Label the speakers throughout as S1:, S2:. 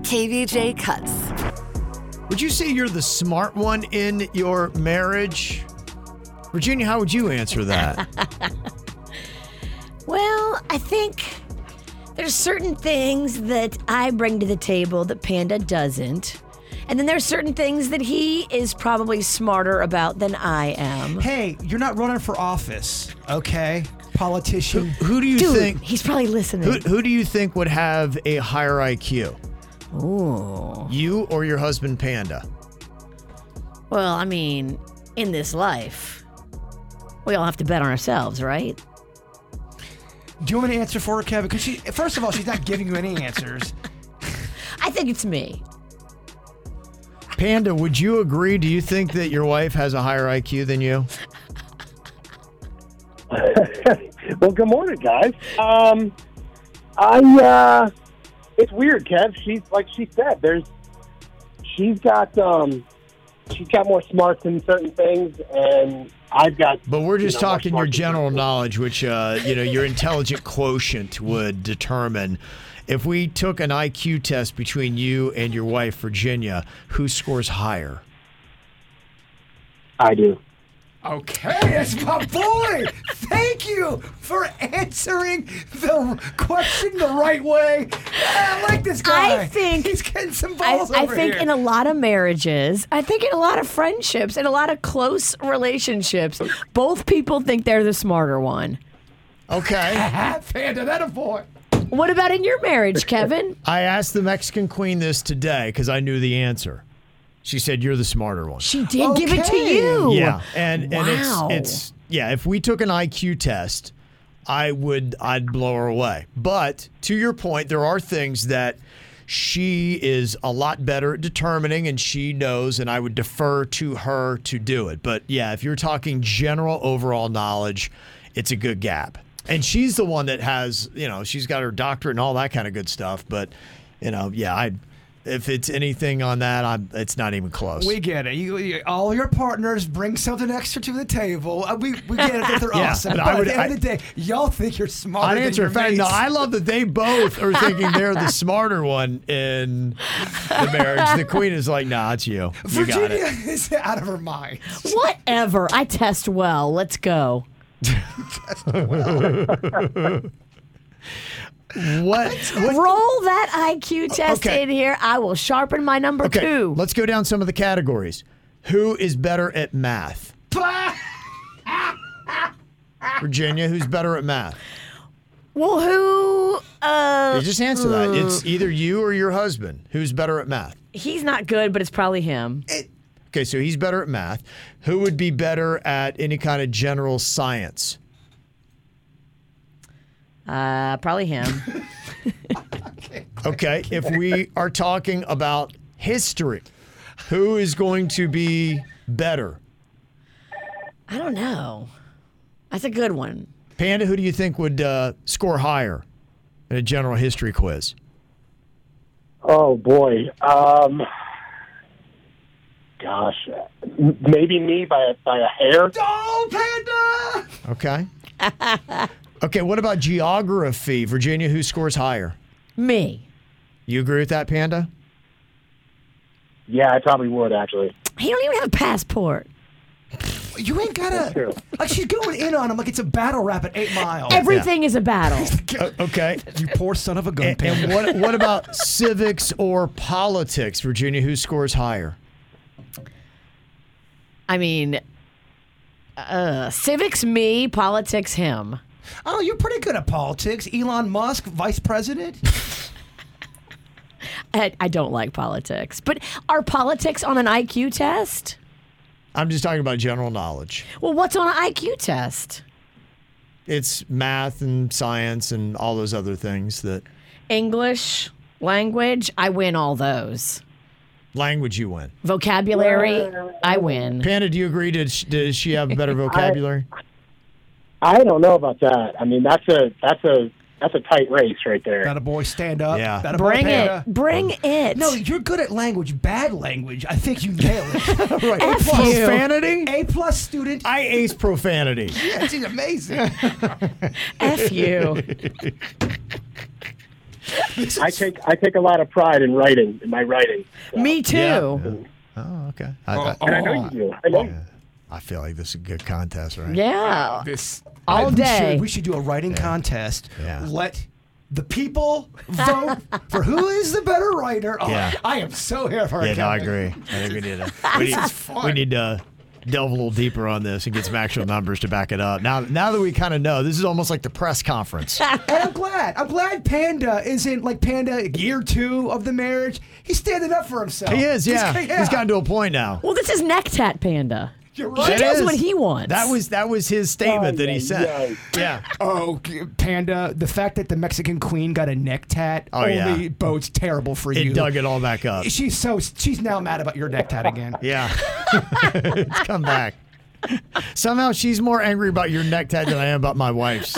S1: KVJ Cuts.
S2: Would you say you're the smart one in your marriage? Virginia, how would you answer that?
S3: Well, I think there's certain things that I bring to the table that Panda doesn't. And then there's certain things that he is probably smarter about than I am.
S4: Hey, you're not running for office, okay? Politician.
S2: who do you
S3: Dude,
S2: think
S3: he's probably listening.
S2: who, who do you think would have a higher IQ?
S3: Ooh.
S2: You or your husband Panda?
S3: Well, I mean, in this life, we all have to bet on ourselves, right?
S4: Do you want me to answer for her, Kevin? Because she, first of all, she's not giving you any answers.
S3: I think it's me.
S2: Panda, would you agree? Do you think that your wife has a higher IQ than you?
S5: well, good morning, guys. Um, I uh, it's weird, Kev. She's like she said. There's she's got um, she's got more smarts in certain things, and I've got.
S2: But we're just
S5: you know, more
S2: talking your
S5: smarts in certain
S2: general
S5: things.
S2: knowledge, which uh, you know your intelligent quotient would determine. If we took an IQ test between you and your wife, Virginia, who scores higher?
S5: I do.
S4: Okay, that's my boy. Thank you for answering the question the right way. I like this guy.
S3: I think-
S4: he's getting some
S3: I,
S4: balls
S3: I
S4: over
S3: think
S4: here.
S3: in a lot of marriages, I think in a lot of friendships, in a lot of close relationships, both people think they're the smarter one.
S2: Okay.
S4: Ah, Panda, that a boy.
S3: What about in your marriage, Kevin?
S2: I asked the Mexican queen this today because I knew the answer. She said, "You're the smarter one."
S3: She did give it to
S4: Okay.
S3: you.
S2: Yeah, and and
S3: Wow.
S2: it's it's yeah. If we took an IQ test, I would I'd blow her away. But to your point, there are things that she is a lot better at determining, and she knows, and I would defer to her to do it. But yeah, if you're talking general overall knowledge, it's a good gap. And she's the one that has you know she's got her doctorate and all that kind of good stuff. But you know, yeah, I. If it's anything on that, I'm, it's not even close.
S4: We get it. You, you, all your partners bring something extra to the table. Uh, We, we get it that they're
S2: Yeah,
S4: awesome.
S2: but
S4: But,
S2: I would-
S4: at the end
S2: I-
S4: of the day, y'all think you're smarter
S2: I'd
S4: than
S2: answer.
S4: your
S2: In fact, no,
S4: mates.
S2: I love that they both are thinking they're the smarter one in the marriage. The queen is like, nah, it's you. You got
S4: Virginia
S2: it.
S4: is out of her mind.
S3: Whatever. I test well. Let's go.
S2: What?
S3: Roll that IQ test
S2: Okay.
S3: in here. I will sharpen my number
S2: Okay,
S3: two.
S2: let's go down some of the categories. Who is better at math? Virginia, who's better at math?
S3: Well, who? Uh,
S2: You just answer that. It's either you or your husband. Who's better at math?
S3: he's not good, but it's probably him.
S2: Eh. Okay, so he's better at math. Who would be better at any kind of general science?
S3: Uh, probably him.
S2: Okay, if we are talking about history, who is going to be better?
S3: I don't know. That's a good one.
S2: Panda, who do you think would uh, score higher in a general history quiz?
S5: Oh boy. Um, gosh, M- maybe me by a, by a hair.
S4: Oh, Panda!
S2: Okay. Okay, what about geography? Virginia, who scores higher?
S3: Me.
S2: You agree with that, Panda?
S5: Yeah, I probably would actually.
S3: He don't even have a passport.
S4: You ain't
S5: true.
S4: gotta. Like she's going in on him like it's a battle rap at eight mile.
S3: Everything is a battle.
S2: Uh, okay.
S4: you poor son of a gun.
S2: And, and what what about civics or politics, Virginia? Who scores higher?
S3: I mean, uh, civics me, politics him.
S4: Oh, you're pretty good at politics. Elon Musk, vice president.
S3: I, I don't like politics, but are politics on an IQ test?
S2: I'm just talking about general knowledge.
S3: Well, what's on an IQ test?
S2: It's math and science and all those other things that
S3: English, language, I win all those.
S2: language you win.
S3: Vocabulary, I win.
S2: Panda, do you agree? Did she, does she have better vocabulary?
S5: I don't know about that. I mean, that's a that's a that's a tight race right there.
S4: That a boy, stand up.
S2: Yeah.
S4: That a boy,
S3: Bring it.
S4: Panda.
S3: Bring it.
S4: No, you're good at language. Bad language. I think you nailed it. right. A
S3: F
S4: plus.
S3: you.
S2: Profanity?
S4: A plus student.
S2: I ace profanity.
S4: Yeah, she's amazing.
S3: F you.
S5: I take I take a lot of pride in writing in my writing,
S3: Me too.
S2: Yeah. Oh, okay. I, I,
S5: and I know you do. I know. you do.
S2: I feel like this is a good contest, right?
S3: Yeah.
S4: this
S3: All
S4: we
S3: day.
S4: Should, we should do a writing contest.
S2: Yeah.
S4: Let the people vote for who is the better writer. Oh,
S2: Yeah.
S4: I am so here for
S2: Yeah,
S4: it.
S2: no, I agree. I think we need to. We need, we need to delve a little deeper on this and get some actual numbers to back it up. Now, now that we kind of know, this is almost like the press conference.
S4: And I'm glad. I'm glad Panda isn't like Panda year two of the marriage. He's standing up for himself.
S2: He is,
S4: He's-
S2: yeah. He's gotten to a point now.
S3: Well, this is neck tat panda.
S4: You're
S3: He
S4: right.
S2: That
S3: does
S2: is-
S3: what he wants.
S2: That was that was his statement that he said. Yeah.
S4: Oh, Panda! The fact that the Mexican queen got a neck tat
S2: Oh, yeah.
S4: only bodes terrible for you.
S2: It dug it all back up.
S4: She's so she's now mad about your neck tat again.
S2: Yeah. it's come back. Somehow she's more angry about your neck tat than I am about my wife's.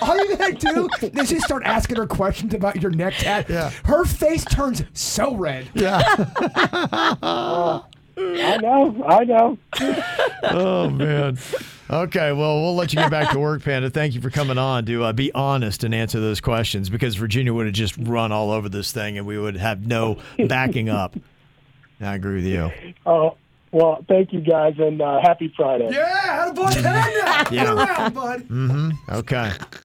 S4: All you gotta do is just start asking her questions about your neck tat.
S2: Yeah.
S4: Her face turns so red.
S2: Yeah.
S5: I know. I know.
S2: Oh man. Okay, well, we'll let you get back to work, Panda. Thank you for coming on to uh, be honest and answer those questions because Virginia would have just run all over this thing and we would have no backing up. I agree with you.
S5: Oh well, thank you guys, and uh, happy Friday.
S4: Yeah, how boy
S2: Yeah.
S4: Panda. Get around, bud.
S2: Okay.